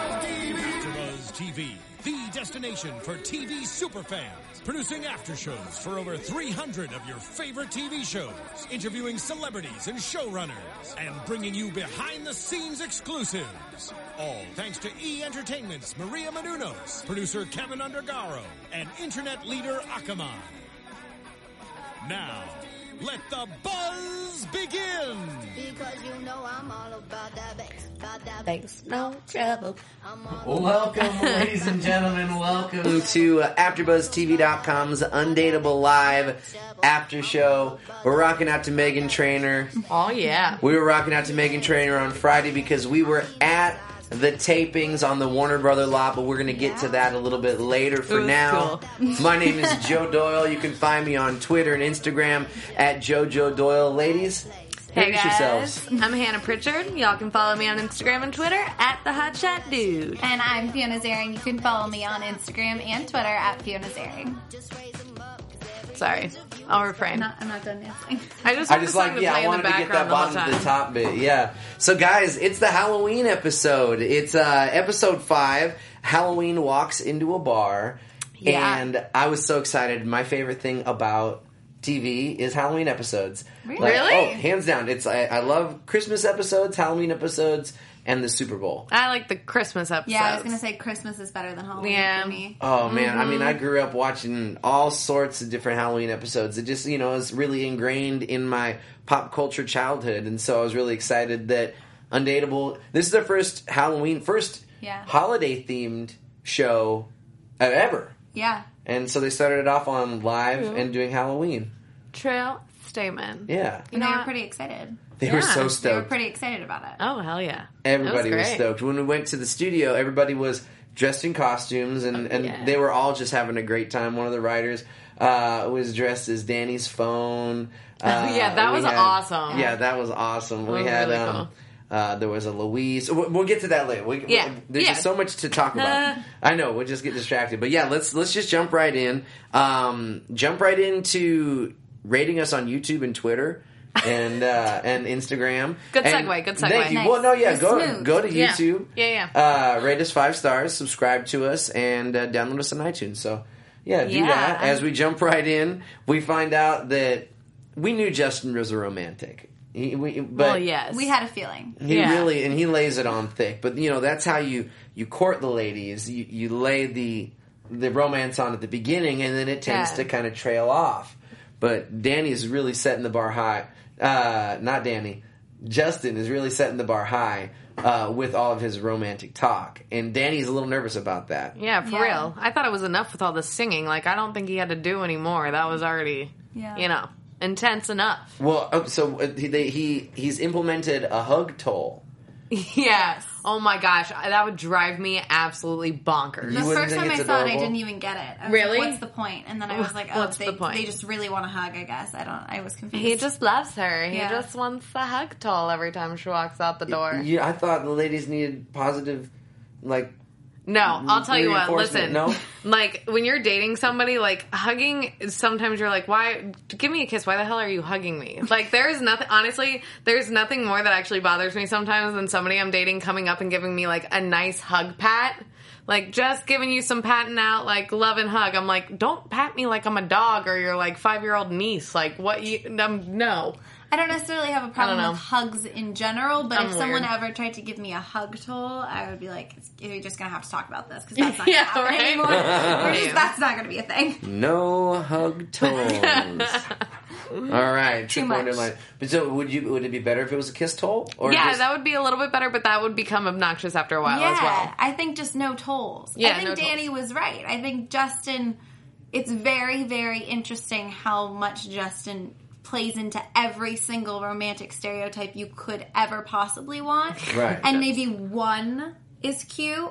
AfterBuzz TV, the destination for TV superfans, producing aftershows for over 300 of your favorite TV shows, interviewing celebrities and showrunners, and bringing you behind-the-scenes exclusives. All thanks to E Entertainment's Maria Menounos, producer Kevin Undergaro, and internet leader Akamai. Now, let the buzz begin. Because you know I'm all about that bass, about that Thanks, no trouble. I'm all Welcome, ladies and gentlemen. Welcome to uh, AfterBuzzTV.com's Undateable Live After Show. We're rocking out to Megan Trainer. Oh yeah. We were rocking out to Megan Trainer on Friday because we were at the tapings on the Warner Brother lot, but we're going to get to that a little bit later. For Ooh, now, my name is Joe Doyle. You can find me on Twitter and Instagram at JoJo Doyle. Ladies, Hey introduce guys, yourselves. I'm Hannah Pritchard. Y'all can follow me on Instagram and Twitter at the Hotshot Dude. And I'm Fiona Zaring. You can follow me on Instagram and Twitter at Fiona Zaring. Sorry, I'll refrain. Not, I'm not done dancing. I just I want just the song like to yeah, play in I the wanted to get background that the whole bottom to time. the top bit. Yeah. So guys, it's the Halloween episode. It's uh episode five. Halloween walks into a bar. Yeah. And I was so excited. My favorite thing about TV is Halloween episodes. Really? Really? oh, hands down. It's I, I love Christmas episodes, Halloween episodes, and the Super Bowl. I like the Christmas episodes. Yeah, I was gonna say Christmas is better than Halloween Yeah. for me. Oh man, I mean, I grew up watching all sorts of different Halloween episodes. It just, you know, is really ingrained in my pop culture childhood, and so I was really excited that Undateable. This is the first Halloween, first Yeah. holiday themed show ever, Yeah. and so they started it off on live and doing Halloween. Trail Statement. Yeah, And know they were what? pretty excited. they were Yeah. They so were They were stoked. pretty excited about it. Oh hell yeah! Everybody That was, great. stoked. When we went to the studio, everybody was dressed in costumes, and, and Oh, yeah. they were all just having a great time. One of the writers uh, was dressed as Danny's phone. Uh, yeah, that we was awesome. Yeah, that was awesome. we was had really um, uh, there was a Louise. We'll, we'll get to that later. We, Yeah. we- there's Yeah. just so much to talk about. Nah. I know we'll just get distracted, but yeah, let's let's just jump right in. Um, jump right into rating us on YouTube and Twitter. and uh, and Instagram. Good And segue, good Thank segue. you. Nice. Well, no, yeah, It's go smooth. go to Yeah. YouTube. Yeah, Uh, rate us five stars, subscribe to us, and uh, download us on iTunes. So, yeah, do Yeah, that. I'm- As we jump right in, we find out that we knew Justin was a romantic. He, we, but well, yes, We had a feeling. He Yeah. really and he lays it on thick. But you know that's how you you court the ladies. You you lay the the romance on at the beginning, and then it tends Yeah. to kind of trail off. But Danny is really setting the bar high. Uh, not Danny. Justin is really setting the bar high uh, with all of his romantic talk, and Danny's a little nervous about that. Yeah, for Yeah. real. I thought it was enough with all the singing. Like I don't think he had to do any more. That was already, Yeah. you know, intense enough. Well, oh, so uh, he, they, he he's implemented a hug toll. Yeah. Oh my gosh, I- that would drive me absolutely bonkers. You The wouldn't first think time I it's saw it, I adorable? didn't even get it. I was Really? Like, What's the point? And then I was like, oh, What's they, the point? they just really want to hug, I guess. I don't. I was confused. He just loves her. He Yeah. just wants a hug toll every time she walks out the door. Yeah, I thought the ladies needed positive, like no, I'll tell you what. Reinforcement, Listen, no? like when you're dating somebody, like hugging. Sometimes you're like, why? Give me a kiss. Why the hell are you hugging me? Like there is nothing. Honestly, there's nothing more that actually bothers me sometimes than somebody I'm dating coming up and giving me like a nice hug pat. Like just giving you some patting out, like love and hug. I'm like, don't pat me like I'm a dog or your like five year old niece. Like what you? Um, no. I don't necessarily have a I don't problem know. with hugs in general, but I'm if someone weird. ever tried to give me a hug toll, I would be like, "You're just gonna have to talk about this because that's not Yeah, gonna happen right? anymore. We're just- Right. that's not gonna be a thing." No hug tolls. All right, Too much. Wonderland. But so, would you? Would it be better if it was a kiss toll? Or yeah, just- that would be a little bit better, but that would become obnoxious after a while yeah, as well. I think just no tolls. Yeah, I think no tolls. Danny was right. I think Justin. It's very, very interesting how much Justin plays into every single romantic stereotype you could ever possibly want. Right. And maybe one is cute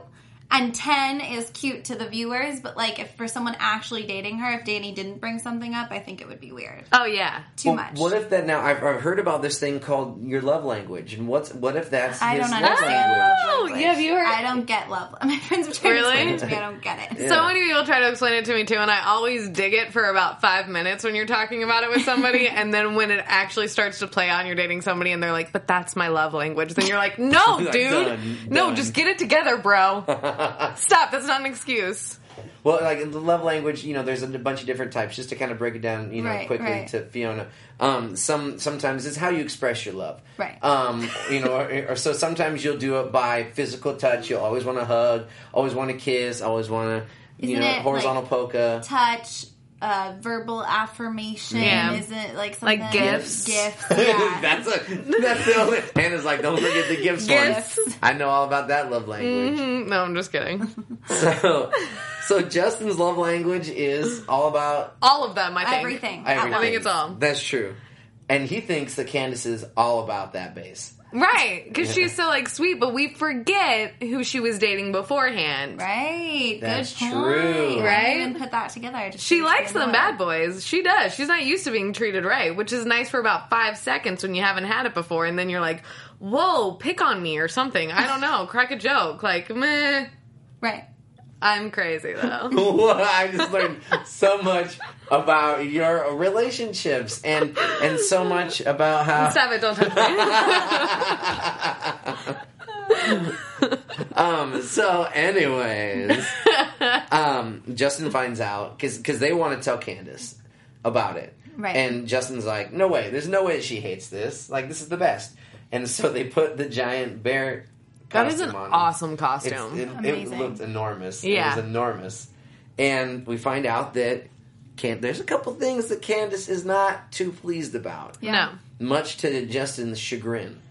and 10 is cute to the viewers, but like if for someone actually dating her, if Danny didn't bring something up, I think it would be weird. Oh yeah. Too Well, much. What if that now? I've, I've heard about this thing called your love language, and what's what if that's I his don't love understand language? love language. yeah, have Oh, you heard- I don't get love. My friends are trying Really? to explain it to me. I don't get it. So many people try to explain it to me too, and I always dig it for about five minutes when you're talking about it with somebody, and then when it actually starts to play on, you're dating somebody, and they're like, "But that's my love language." Then you're like, "No, Like, dude, done, no, done." just get it together, bro. Stop. That's not an excuse." Well, like in the love language, you know, there's a bunch of different types. Just to kind of break it down, you know, Right, quickly right. to Fiona. Um, some sometimes it's how you express your love, Right. Um, you know, or, or so sometimes you'll do it by physical touch. You'll always want to hug, always want to kiss, always want to, you Isn't know, it, horizontal like, polka. Touch, uh, verbal affirmation. Yeah. Isn't like something Like gifts. Gifts. Yeah. that's a that's the only. Hannah's like, don't forget the gifts, Gifts. one. I know all about that love language. Mm, No, I'm just kidding. So, so Justin's love language is all about All of them, I think. everything. at everything. I think once. it's all. That's true. And he thinks that Candace is all about that base. Right, because she's so like sweet, but we forget who she was dating beforehand. Right. That's Good point. true. I Right? didn't even put that together. I just She didn't likes know them it. bad boys. She does. She's not used to being treated right, which is nice for about five seconds when you haven't had it before, and then you're like, "Whoa, pick on me" or something. I don't know. Crack a joke, like meh. Right. I'm crazy though. I just learned so much about your relationships and and so much about how Stop it! Don't touch me. um so anyways um Justin finds out cuz cuz they want to tell Candace about it. Right. And Justin's like, "No way. There's no way that she hates this. Like this is the best." And so they put the giant bear that is an costume on. awesome It's- costume. it- it, Amazing. looked enormous. Yeah. It was enormous. And we find out that can there's a couple things that Candace is not too pleased about, No, much to Justin's chagrin.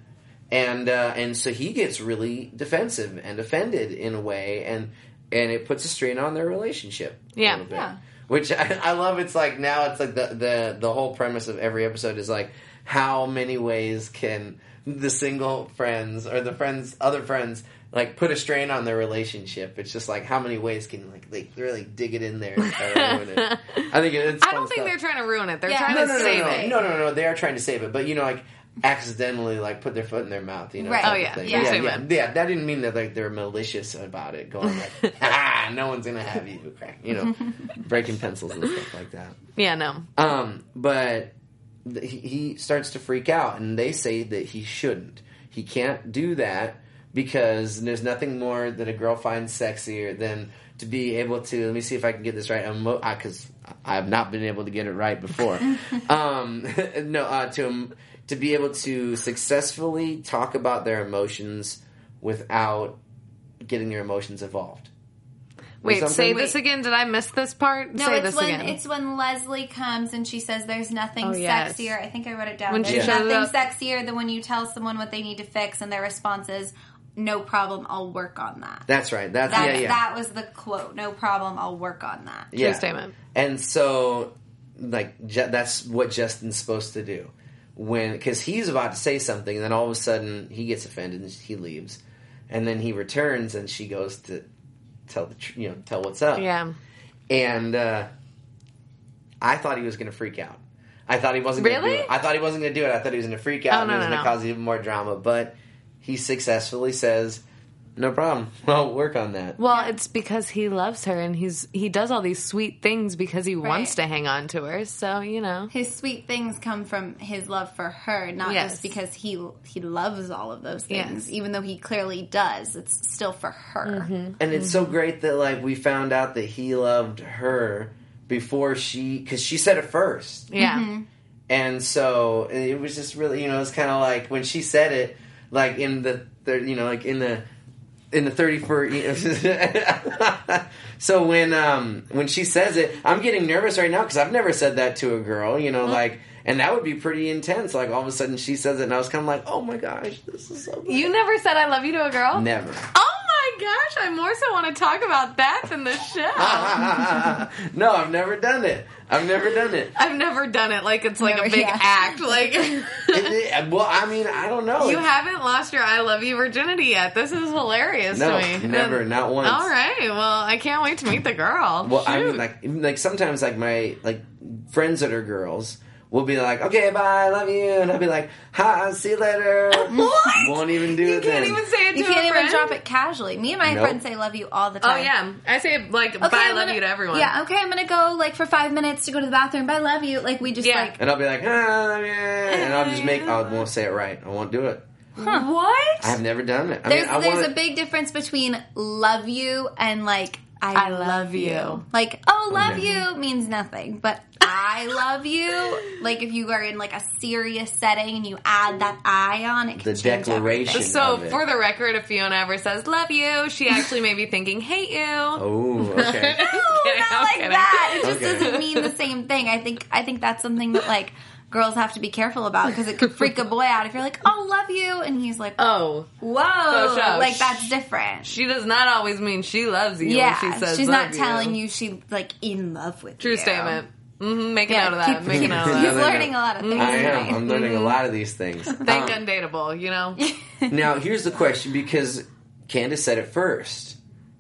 And uh, and so he gets really defensive and offended in a way, and and it puts a strain on their relationship. a Yeah. little bit. Yeah. Which I, I love. It's like now it's like the, the the whole premise of every episode is like how many ways can the single friends or the friends other friends like put a strain on their relationship. It's just like how many ways can like they really dig it in there. And try to ruin it. I think it, it's. I fun don't think stuff. they're trying to ruin it. They're Yeah. trying No, to no, no, save no, it. no, no, no, no. They are trying to save it, but you know, like accidentally, like put their foot in their mouth. You know, Right. type Oh, of yeah. thing. Yeah. yeah, Save yeah, it. yeah. That didn't mean that like they're malicious about it, going like, ah, no one's gonna have you, you know, breaking pencils and stuff like that. Yeah, no. Um, but th- he- he starts to freak out, and they say that he shouldn't. He can't do that because there's nothing more that a girl finds sexier than to be able to. Let me see if I can get this right. Because I have not been able to get it right before. um, no, uh, to em- to be able to successfully talk about their emotions without getting your emotions involved. Wait, say something- this again. Did I miss this part? No, say it's this when again. it's when Leslie comes and she says, "There's nothing Oh, yes. sexier." I think I wrote it down. When she There's shows nothing up- sexier than when you tell someone what they need to fix, and their response is, "No problem, I'll work on that." That's right. That's, That's, yeah, yeah. That was the quote. No problem, I'll work on that. yeah. statement. And so, like, Ju- that's what Justin's supposed to do when because he's about to say something, and then all of a sudden he gets offended and he leaves, and then he returns and she goes to tell the tr- you know tell what's up. yeah. And uh, I thought he was going to freak out. I thought he wasn't gonna Really? Do it. I thought he wasn't going to do it. I thought he was going to freak out. Oh, and no, it was no, going to no. cause even more drama. But he successfully says, "No problem. I'll work on that." Well, it's because he loves her and he's he does all these sweet things because he wants to hang on to her. So, you know. His sweet things come from his love for her, not Yes. just because he he loves all of those things. Yes. Even though he clearly does, it's still for her. and it's so great that like we found out that he loved her before she because she said it first Yeah. and so it was just really you know it's kind of like when she said it like in the thir- you know like in the in the 31st so when um when she says it i'm getting nervous right now because i've never said that to a girl you know like and that would be pretty intense like all of a sudden she says it and i was kind of like oh my gosh this is so You never said I love you to a girl? never Oh my gosh, I more so want to talk about that than the show. no i've never done it i've never done it I've never done it like it's like a Never, big yeah. act. Like you It- it- well, I mean, I don't know. It's- haven't lost your I love you virginity yet. This is hilarious No, to me. never, not once. All right. Well, I can't wait to meet the girl. Well, I Shoot. mean, like, like sometimes, like my like friends that are girls will be like, okay, bye, love you, and I'll be like, hi, see you later. What? Won't even do You it can't then. even say it to You can't a even friend? drop it casually. Me and my Nope. friends say love you all the Oh time. yeah, I say it like Okay, bye, I'm love gonna- you to everyone. Yeah, okay, I'm gonna go like for five minutes to go to the bathroom. Bye, love you. Like we just Yeah. like and I'll be like, ah, love you," and I'll just make. I won't say it right. I won't do it. What? I've never done it. I there's mean, I there's want a big difference between love you and like I, I love you. Like oh love Okay. you means nothing, but I love you. Like if you are in like a serious setting and you add that I on, it The can change declaration. everything. So Love it. for the record, if Fiona ever says love you, she actually may be thinking hate you. Oh, okay. No, Kidding, not I'm like kidding. that. It just Okay. doesn't mean the same thing. I think I think that's something that like girls have to be careful about because it could freak a boy out if you're like oh love you and he's like Oh, whoa So, so, like sh- that's different. she does not always mean she loves you. yeah, when she says she's love not telling you she like in love with True you. statement. hmm Make a Yeah, note of that. keep- Make a keep- note of Yeah. that. He's learning a lot of things. I am. tonight. I'm learning a lot of these things. Think Um, undateable, you know? now, here's the question because Candace said it first.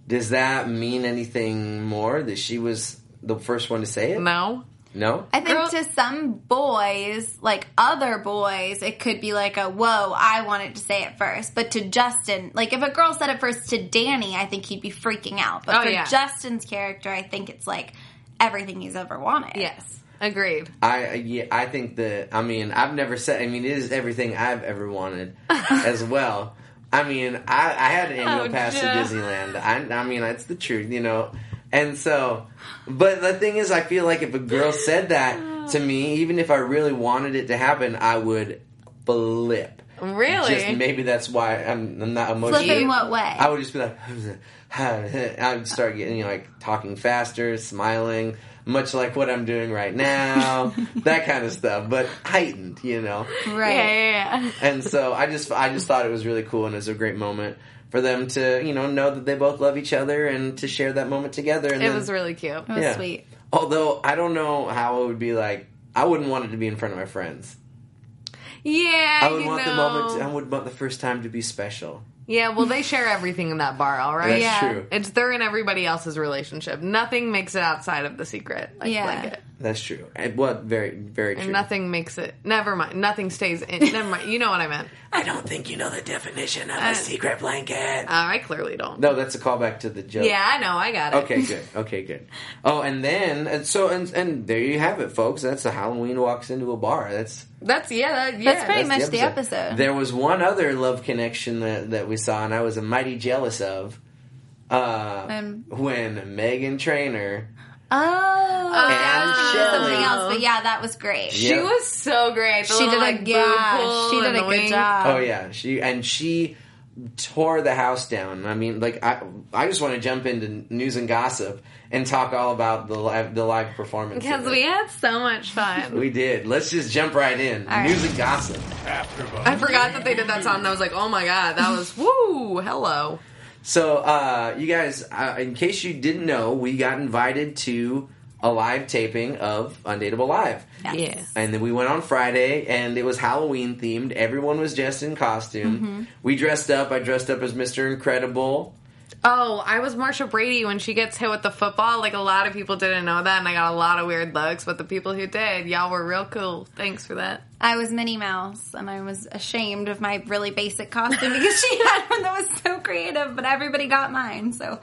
Does that mean anything more that she was the first one to say it? No? No? I think Girl- to some boys, like other boys, it could be like a whoa, I wanted to say it first. But to Justin, like if a girl said it first to Danny, I think he'd be freaking out. But Oh, for yeah. Justin's character, I think it's like everything he's ever wanted. Yes. Agreed. I yeah, I think that I mean I've never said I mean it is everything I've ever wanted as well. I mean I, I had an annual Oh, pass to Jeff. Disneyland. I, I mean that's the truth, you know. And so, but the thing is, I feel like if a girl said that to me, even if I really wanted it to happen, I would flip. Really? Just maybe that's why I'm, I'm not emotional. Flip in what way? I would just be like, I'd start getting you know, like talking faster, smiling, much like what I'm doing right now, that kind of stuff, but heightened, you know. Right. Yeah, yeah, yeah. And so I just I just thought it was really cool and it was a great moment for them to you know know that they both love each other and to share that moment together. And It then- was really cute. That was Yeah. sweet. Although I don't know how it would be like. I wouldn't want it to be in front of my friends. Yeah, I would you want know. the moment. To, I would want the first time to be special. yeah, well, they share everything in that bar, all right? That's Yeah. true. It's they're in everybody else's relationship. Nothing makes it outside of the secret. Like Yeah. blanket. That's true. And what? Very, very true. And nothing makes it. Never mind. Nothing stays in. Never mind. You know what I meant. I don't think you know the definition of a secret blanket. Uh, I clearly don't. No, that's a callback to the joke. Yeah, I know. I got it. Okay, good. Okay, good. Oh, and then and so and and there you have it, folks. That's the Halloween walks into a bar. That's That's yeah. That, yeah. That's pretty that's much the episode. There was one other love connection that that we saw, and I was mighty jealous of. Uh, Um. when Megan Trainer, Oh, I was thinking of something Shelley. else, but yeah, that was great. She Yeah. was so great. The She little, did like, a boob yeah, pull she did and a the good wing. job. oh yeah, she and she tore the house down. I mean, like I, I just want to jump into news and gossip and talk all about the live the live performance of Because it. we had so much fun. We did. Let's just jump right in. right. News and gossip. I forgot that they did that song. And I was like, oh my god, that was woo, hello. So, uh, you guys, uh, in case you didn't know, we got invited to a live taping of Undateable Live. Yes. Yeah. And then we went on Friday, and it was Halloween themed. Everyone was just in costume. We dressed up. I dressed up as Mr. Incredible. Oh, I was Marsha Brady when she gets hit with the football. Like a lot of people didn't know that, and I got a lot of weird looks. But the people who did, y'all were real cool. Thanks for that. I was Minnie Mouse, and I was ashamed of my really basic costume because she had one that was so creative, but everybody got mine. So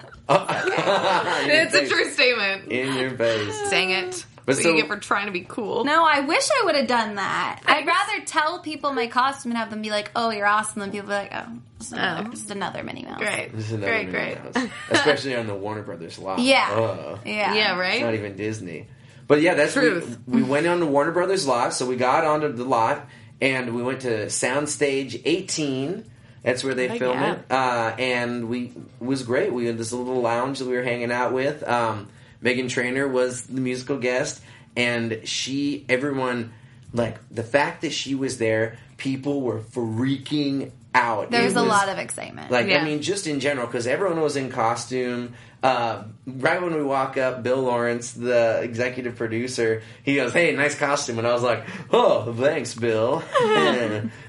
It's a face. true statement. In your face. Dang it. But But so- you get for trying to be cool. no, I wish I would have done that. I'd rather tell people my costume and have them be like, "Oh, you're awesome," than people be like, "Oh, just another, Oh. just another Minnie Mouse." Great. This is another Great, news great. house. Especially on the Warner Brothers lot. Yeah. Ugh. Yeah. Yeah, It's not right? even Disney. But yeah, that's Truth. We, we went on to Warner Brothers lot, so we got onto the lot and we went to Soundstage 18. That's where they Heck film yeah. it, uh, and we it was great. We had this little lounge that we were hanging out with. Um, Megan Trainer was the musical guest, and she, everyone, like the fact that she was there, people were freaking out. There It was a was- lot of excitement. like I Yeah. mean, just in general, because everyone was in costume. Uh, right when we walk up, Bill Lawrence, the executive producer, he goes, "Hey, nice costume," and I was like, "Oh, thanks, Bill."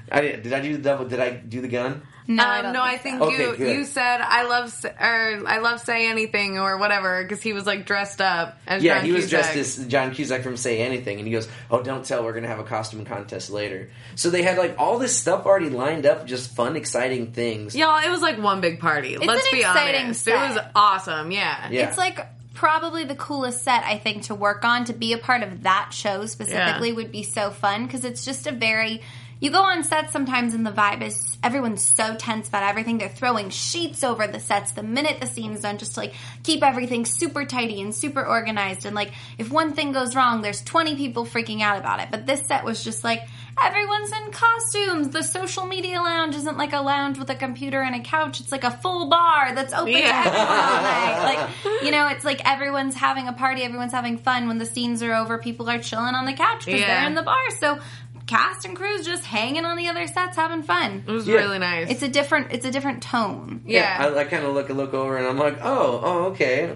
I did, did I do the double? Did I do the gun? No, I um, don't no, I think think so. you Okay, good. you said I love s- or I love say anything or whatever because he was like dressed up as Yeah, John he was dressed Cusack. as John Cusack from Say Anything, and he goes, "Oh, don't tell, we're gonna have a costume contest later." So they had like all this stuff already lined up, just fun, exciting things. Y'all, it was like one big party. Let's an be exciting honest. It set. was awesome. Yeah. Yeah. It's like probably the coolest set I think to work on to be a part of that show specifically Yeah. would be so fun because it's just a very you go on sets sometimes and the vibe is everyone's so tense about everything. They're throwing sheets over the sets the minute the scene is done just to like keep everything super tidy and super organized. And like if one thing goes wrong, there's 20 people freaking out about it. But this set was just like everyone's in costumes. The social media lounge isn't like a lounge with a computer and a couch. It's like a full bar that's open to Yeah. everyone all night. Like, you know, it's like everyone's having a party, everyone's having fun. When the scenes are over, people are chilling on the couch because Yeah. they're in the bar. So cast and crews just hanging on the other sets, having fun. It was Yeah. really nice. It's a different, it's a different tone. yeah. I, I kind of look look over, and I'm like, "Oh, oh, okay."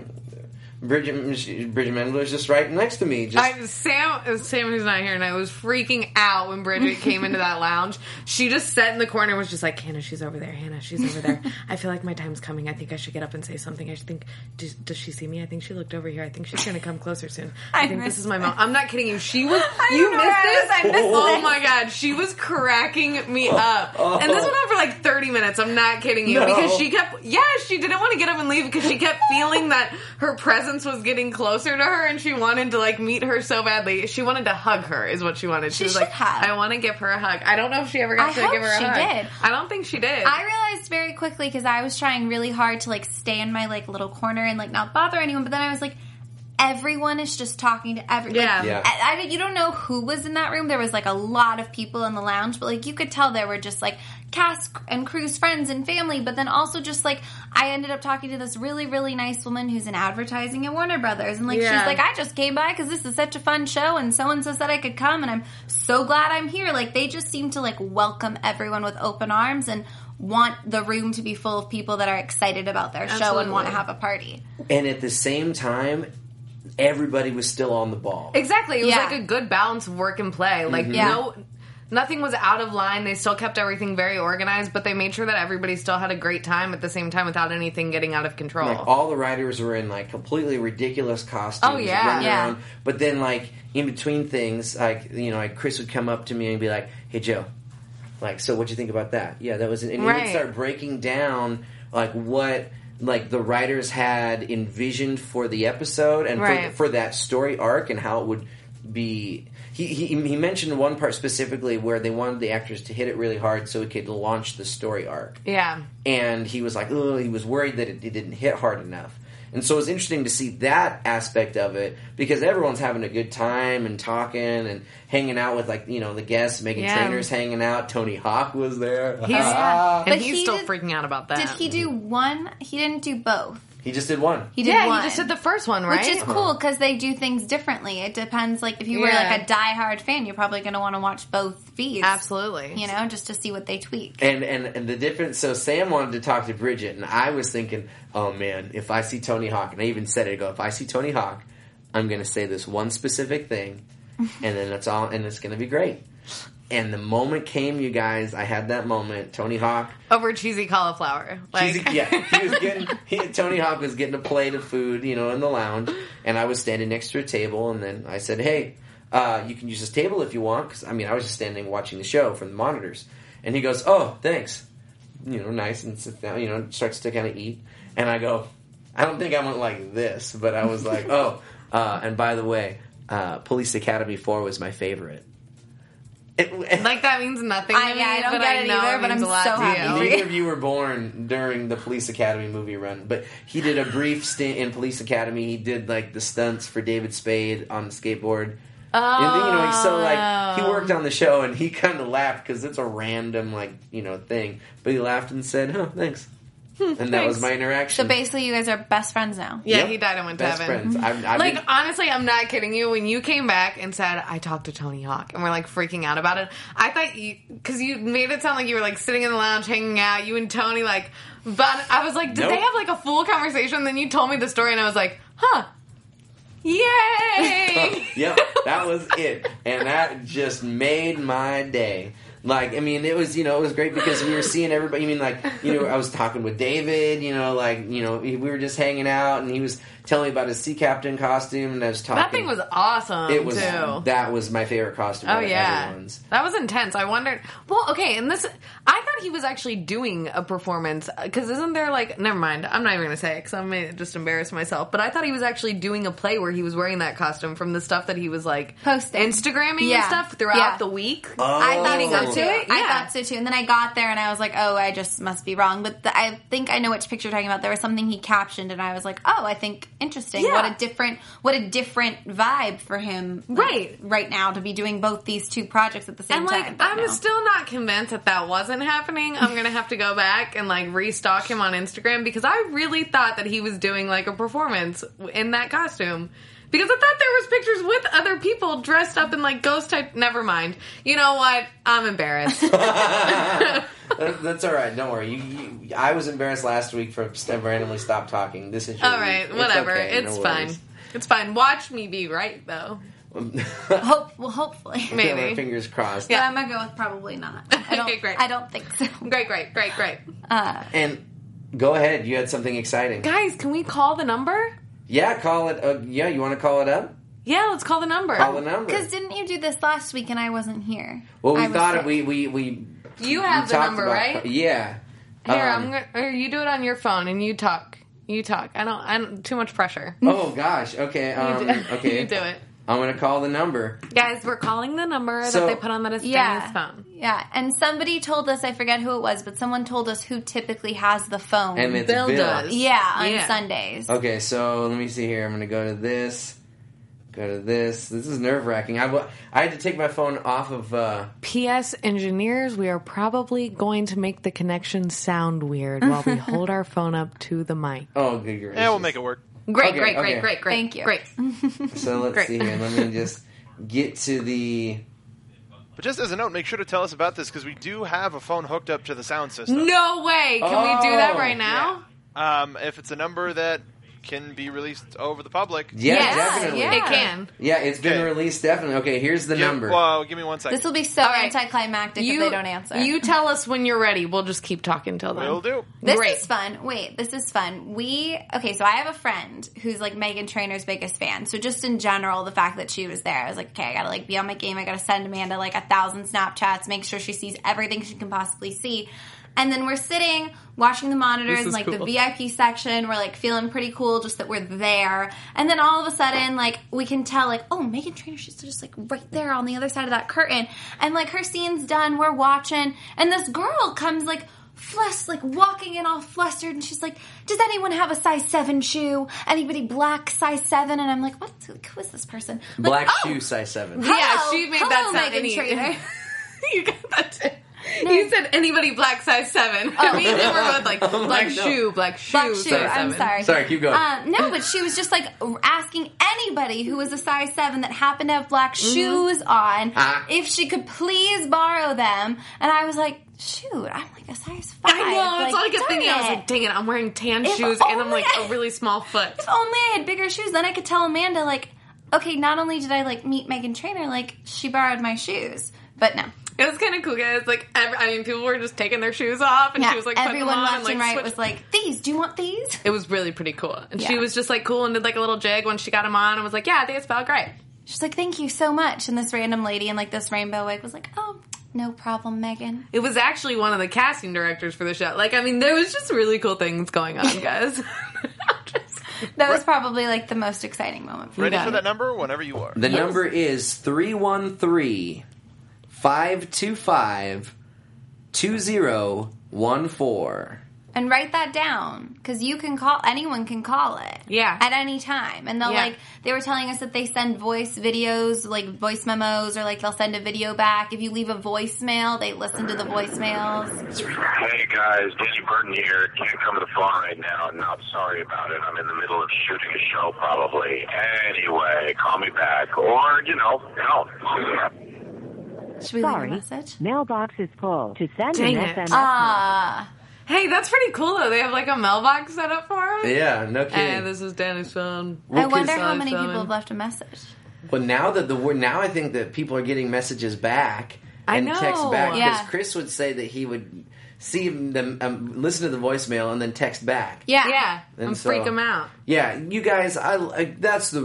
Bridget she- Bridget Mendler's just right next to me. Just I, Sam, Sam, who's not here, and I was freaking out when Bridget came into that lounge. She just sat in the corner, and was just like, "Hannah, she's over there. Hannah, she's over there. I feel like my time's coming. I think I should get up and say something. I should think, does, does she see me? I think she looked over here. I think she's gonna come closer soon. I, I think this missed is my mom. I'm not kidding you. She was. don't you know missed where I this? was. I missed oh it. my god, she was cracking me up, and this went on for like 30 minutes. I'm not kidding you No. because she kept. Yeah, she didn't want to get up and leave because she kept feeling that her presence was getting closer to her, and she wanted to like meet her so badly. She wanted to hug her, is what she wanted. She, She was should like, have. "I want to give her a hug." I don't know if she ever got I to hope give her a she hug. did. I don't think she did. I realized very quickly because I was trying really hard to like stay in my like little corner and like not bother anyone, but then I was like, everyone is just talking to e-, everyone. Yeah. Yeah. I, I- you don't know who was in that room. There was like a lot of people in the lounge, but like you could tell there were just like cast and crew's friends and family. But then also just like I ended up talking to this really really nice woman who's in advertising at Warner Brothers, and like Yeah. she's like, I just came by because this is such a fun show, and so and so said I could come, and I'm so glad I'm here. Like they just seem to like welcome everyone with open arms and want the room to be full of people that are excited about their show and want Absolutely. to have a party. and at the same time, everybody was still on the ball. Exactly. It was Yeah. like a good balance of work and play. Mm-hmm. Like Yeah. no nothing was out of line. They still kept everything very organized, but they made sure that everybody still had a great time at the same time without anything getting out of control. Like all the riders were in like completely ridiculous costumes. Oh, yeah. running Yeah. around. But then like in between things, like you know, like Chris would come up to me and be like, "Hey Joe, like so what'd you think about that?" Yeah, that was, and he Right. would start breaking down like what like the writers had envisioned for the episode and Right. for, for that story arc and how it would be. He, he, he mentioned one part specifically where they wanted the actors to hit it really hard so it could launch the story arc yeah. and he was like, oh, he was worried that it, it didn't hit hard enough. And so it was interesting to see that aspect of it because everyone's having a good time and talking and hanging out with like you know the guests, Megan Yeah. Trainor's hanging out. Tony Hawk was there. He's, Ah. And But he's he still did- freaking out about that. Did he do one? He didn't do both. He just did one. He did yeah, one. he just did the first one, right? Which is cool because they do things differently. It depends, like if you were Yeah. like a diehard fan, you're probably going to want to watch both feeds, Absolutely. You know, just to see what they tweak. And, and and the difference. So Sam wanted to talk to Bridget, and I was thinking, oh man, if I see Tony Hawk, and I even said it, I go, if I see Tony Hawk, I'm going to say this one specific thing, and then that's all, and it's going to be great. And the moment came, you guys. I had that moment. Tony Hawk. Over cheesy cauliflower. Like He's- yeah, he was getting he, Tony Hawk was getting a plate of food, you know, in the lounge, and I was standing next to a table, and then I said, "Hey, uh, you can use this table if you want," because I mean, I was just standing watching the show from the monitors, and he goes, "Oh, thanks," you know, nice, and sits down, you know, starts to kind of eat, and I go, "I don't think I went like this," but I was like, "Oh," uh, and by the way, uh, Police Academy Four was my favorite. It- like that means nothing to I- me, yeah, I don't but get I it know either, it but means I'm a lot so to happy you. for you. Neither of you were born during the Police Academy movie run, but he did a brief stint in Police Academy. He did like the stunts for David Spade on the skateboard. Oh, and, you know, he's so like Oh. he worked on the show, and he kind of laughed because it's a random like you know thing. But he laughed and said, "Huh, thanks," Hmm, and that was my So interaction. basically, you guys are best friends now. Yeah, Yep. he died and went to Best heaven. friends. I've- I've like been- honestly, I'm not kidding you. When you came back and said I talked to Tony Hawk, and we're like freaking out about it, I thought you because you made it sound like you were like sitting in the lounge hanging out, you and Tony like. But I was like, did Nope. they have like a full conversation? Then you told me the story, and I was like, huh, yay! yep, that was it, and that just made my day. Like, I mean, it was you know it was great because we were seeing everybody. I mean, like you know, I was talking with David. You know, like you know, we were just hanging out, and he was telling me about his sea captain costume, and I was talking. That thing was awesome. It was too. that was my favorite costume. Oh out of yeah, everyone's. that was intense. I wondered. Well, okay, and this, I thought he was actually doing a performance because isn't there like? Never mind. I'm not even gonna say it because I may just embarrass myself. But I thought he was actually doing a play where he was wearing that costume from the stuff that he was like Posting. Instagramming and Yeah. stuff throughout Yeah. the week. I Oh. thought Leading so up to too. it? I Yeah. thought so too. And then I got there and I was like, oh, I just must be wrong. But the, I think I know which picture you're talking about. There was something he captioned and I was like, oh, I think interesting. Yeah. What a different, what a different vibe for him, like, Right. right now to be doing both these two projects at the same and time. like but I'm no. still not convinced that that wasn't happening. I'm gonna have to go back and like restock him on Instagram because I really thought that he was doing like a performance in that costume. Because I thought there was pictures with other people dressed up in like ghost type. Never mind. You know what? I'm embarrassed. That- that's all right. Don't worry. You, you, I was embarrassed last week for st- randomly stop talking. This is your All right, week. It's whatever. okay, It's no fine. worries. It's fine. Watch me be right though. Hope, well, hopefully. Maybe. Yeah, my fingers crossed. But I'm going to go with probably not. I don't, Okay, great. I don't think so. Great, great, great, great. And go ahead. You had something exciting. Guys, can we call the number? Yeah, call it. Uh, yeah, you want to call it up? Yeah, let's call the number. Call the number. Because didn't you do this last week and I wasn't here? Well, we I was thought sick. it. We we we. You we have the talked number, about- right? Yeah. Here, Um, I'm gonna, or you do it on your phone and you talk. You talk. I don't. I don't. Too much pressure. Oh gosh. Okay. Um, you do, okay. you do it, I'm gonna call the number. guys. We're calling the number So- that they put on that is Danny's phone. Yeah, and somebody told us, I forget who it was, but someone told us who typically has the phone. And it's Bill Bill. does. yeah, on Yeah. Sundays. Okay. So let me see here. I'm gonna go to this. Go to this. This is nerve wracking. I wa- I had to take my phone off of. uh P.S. Engineers, we are probably going to make the connection sound weird while we hold our phone up to the mic. Oh, good gracious. Yeah, we'll make it work. Great, Okay, great, great, okay. great, great. Thank you. Great. So let's Great. see here. Let me just get to the. But just as a note, make sure to tell us about this because we do have a phone hooked up to the sound system. No way. Can we do that Oh, right now? Um, if it's a number that can be released over the public, Yeah, Yes. definitely. Yeah. It can. Yeah, it's been Okay. released definitely. Okay, here's the give, number. Well, give me one second. This will be so All right. anticlimactic You if they don't answer. You tell us when you're ready. We'll just keep talking till then. Will do. this Great. is fun. Wait, this is fun. We okay. So I have a friend who's like Megan Trainor's biggest fan. So just in general, the fact that she was there, I was like, okay, I gotta like be on my game. I gotta send Amanda like a thousand Snapchats, make sure she sees everything she can possibly see. And then we're sitting watching the monitors, This is like cool. the VIP section. We're like feeling pretty cool, just that we're there. And then all of a sudden, like we can tell, like oh, Megan Trainor, she's just like right there on the other side of that curtain. And like her scene's done, we're watching, and this girl comes like flustered, like walking in all flustered, and she's like, "Does anyone have a size seven shoe? Anybody black size seven? And I'm like, "What? Who is this person?" I'm like, Black "Oh, shoe size seven. Yeah, hello. she made Hello, that sound. Megan Trainor. you got that. Too. You said anybody black size seven. I mean, they were both like black no. shoe, black shoe, Black shoe. size I'm seven. sorry. Sorry, keep going. Um, no, but she was just like asking anybody who was a size seven that happened to have black Mm-hmm. shoes on Ah. if she could please borrow them. And I was like, shoot, I'm like a size five. I know. It's all I kept like, darn thinking. I was it. like, dang it, I'm wearing tan If shoes and I'm only like I- a really small foot. if only I had bigger shoes, then I could tell Amanda like, okay, not only did I like meet Megan Trainer, like she borrowed my shoes, but no. It was kind of cool, guys. Like, every, I mean, people were just taking their shoes off, and Yeah, she was like, putting everyone them on left and, and, like, right switch- was like, these. Do you want these? It was really pretty cool, and she Yeah. was just like cool and did like a little jig when she got him on, and was like, "Yeah, I think it's felt great." She's like, thank you so much. And this random lady in like this rainbow wig was like, oh, no problem, Megan. It was actually one of the casting directors for the show. Like, I mean, there was just really cool things going on, guys. Just- That was probably like the most exciting moment. For me. Ready got for it. that number whenever you are. The number is 313 525 2014. And write that down because you can call anyone can call it. Yeah. at any time. And they'll Yeah. like they were telling us that they send voice videos, like voice memos, or like they'll send a video back. If you leave a voicemail, they listen to the voicemails. Hey guys, Danny Burton here. Can't come to the phone right now, and I'm sorry about it. I'm in the middle of shooting a show, probably. Anyway, call me back, or you know, help. Should we Sorry. leave a message? Mailbox is full. To send Dang an it. SMS Ah, hey, that's pretty cool though. They have like a mailbox set up for them. Yeah, no Hey, kidding. Uh, this is Danny's phone. I wonder how Size many seven. people have left a message. but now that the word, now I think that people are getting messages back. I and text know. back because Yeah. Chris would say that he would see them um, listen to the voicemail and then text back. Yeah. Yeah, And and so- freak them out. Yeah, you guys, I, I that's the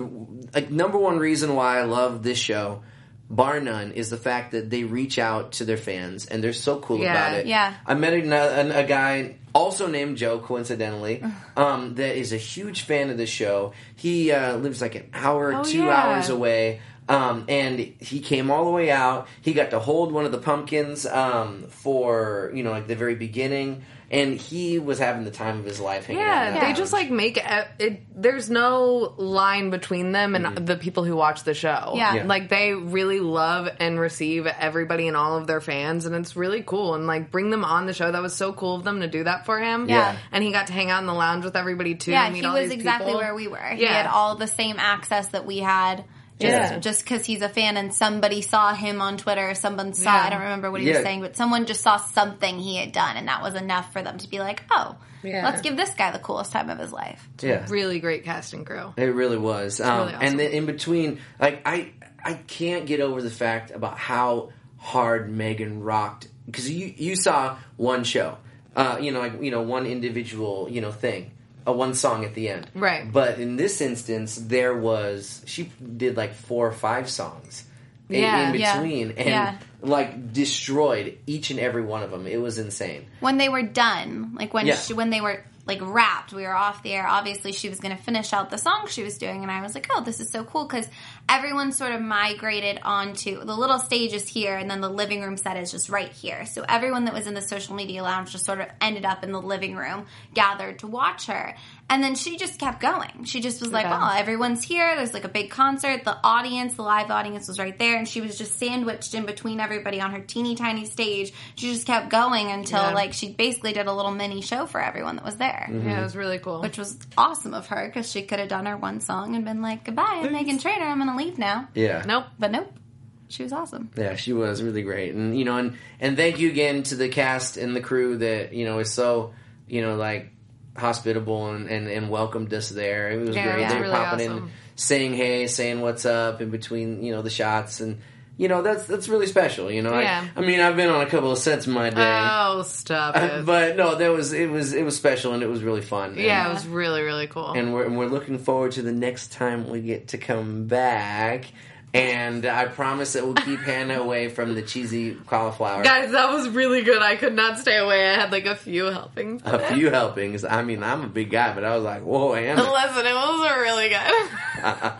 like number one reason why I love this show, bar none, is the fact that they reach out to their fans and they're so cool Yeah, about it. yeah. I met an, an, a guy also named Joe, coincidentally, um, that is a huge fan of the show. He uh, lives like an hour, Oh, two yeah. hours away. Um, and he came all the way out. He got to hold one of the pumpkins um, for you know like the very beginning, and he was having the time of his life. Hanging out in Yeah, that they just lounge. like make it, it. There's no line between them and the people who watch the show. Yeah. Yeah. like they really love and receive everybody and all of their fans, and it's really cool. And like bring them on the show. That was so cool of them to do that for him. Yeah. and he got to hang out in the lounge with everybody too. Yeah, meet he all was these exactly people. where we were. He Yeah. had all the same access that we had. Just, Yeah. just because he's a fan and somebody saw him on Twitter, someone saw, Yeah. I don't remember what he Yeah. was saying, but someone just saw something he had done and that was enough for them to be like, oh, Yeah. let's give this guy the coolest time of his life. yeah. Really great casting crew. It really was. Um, really awesome. And then in between, like I, I can't get over the fact about how hard Megan rocked because you you saw one show, uh, you know, like you know one individual, you know, thing, uh, one song at the end, Right. But in this instance, there was she did like four or five songs. in- Yeah. in Yeah. between and Yeah. like destroyed each and every one of them. It was insane. When they were done, like when Yeah. she, when they were like wrapped, we were off the air. Obviously, she was going to finish out the song she was doing, and I was like, "Oh, this is so cool!" Because everyone sort of migrated onto the little stage is here, and then the living room set is just right here. So everyone that was in the social media lounge just sort of ended up in the living room, gathered to watch her, and then she just kept going. She just was like, "Oh, Yeah. "Well, everyone's here. There's like a big concert. The audience, the live audience was right there, and she was just sandwiched in between everybody on her teeny tiny stage. She just kept going until Yeah. like she basically did a little mini show for everyone that was there, Yeah, it was really cool. which was awesome of her because she could have done her one song and been like, "Goodbye, I'm Megan Trainer. I'm gonna leave now." Yeah. nope. But nope, she was awesome. Yeah, she was really great, and you know, and and thank you again to the cast and the crew that you know is so you know like hospitable and and, and welcomed us there. It was Yeah, great. it was they were really popping in, awesome. saying hey, saying what's up in between you know the shots, and you know that's that's really special. You know, I- Yeah. I, mean, I've been on a couple of sets in my day, Oh, stop it. but no, that was it was it was special and it was really fun. And- yeah, it was really really cool. and we're, and we're looking forward to the next time we get to come back. And I promise that we'll keep Hannah away from the cheesy cauliflower. Guys, that was really good. I could not stay away. I had like a few helpings. A few helpings. I mean, I'm a big guy, but I was like, whoa, Hannah. Listen, it was really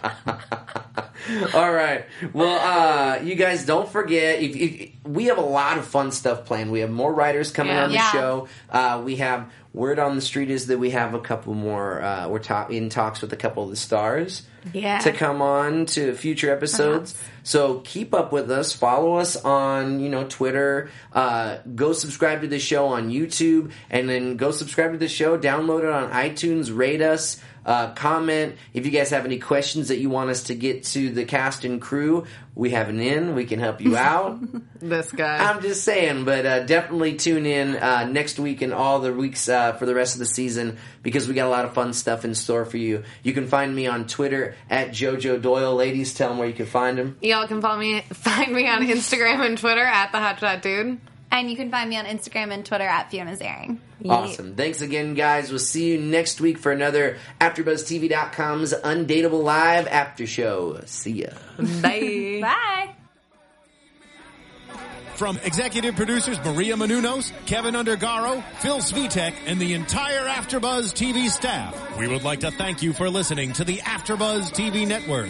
good. All right. Well, uh, you guys don't forget. If, if, we have a lot of fun stuff planned. We have more writers coming Yeah. on the Yeah. show. Uh, we have word on the street is that we have a couple more. Uh, we're ta- in talks with a couple of the stars. Yeah. to come on to future episodes. So keep up with us. Follow us on you know Twitter. Uh, go subscribe to the show on YouTube, and then go subscribe to the show. Download it on iTunes. Rate us. Uh, comment if you guys have any questions that you want us to get to the cast and crew. We have an in. We can help you out. this guy. I'm just saying, but uh, definitely tune in uh, next week and all the weeks uh, for the rest of the season because we got a lot of fun stuff in store for you. You can find me on Twitter at JoJo Doyle. Ladies, tell them where you can find them. Y'all can follow me, find me on Instagram and Twitter at the Hotshot Dude. And you can find me on Instagram and Twitter at Fiona's Airing. Awesome. Thanks again, guys. We'll see you next week for another AfterBuzzTV.com's Undateable Live After Show. See ya. Bye. Bye. From executive producers Maria Manunos, Kevin Undergaro, Phil Svitek, and the entire Afterbuzz TV staff, we would like to thank you for listening to the Afterbuzz TV network.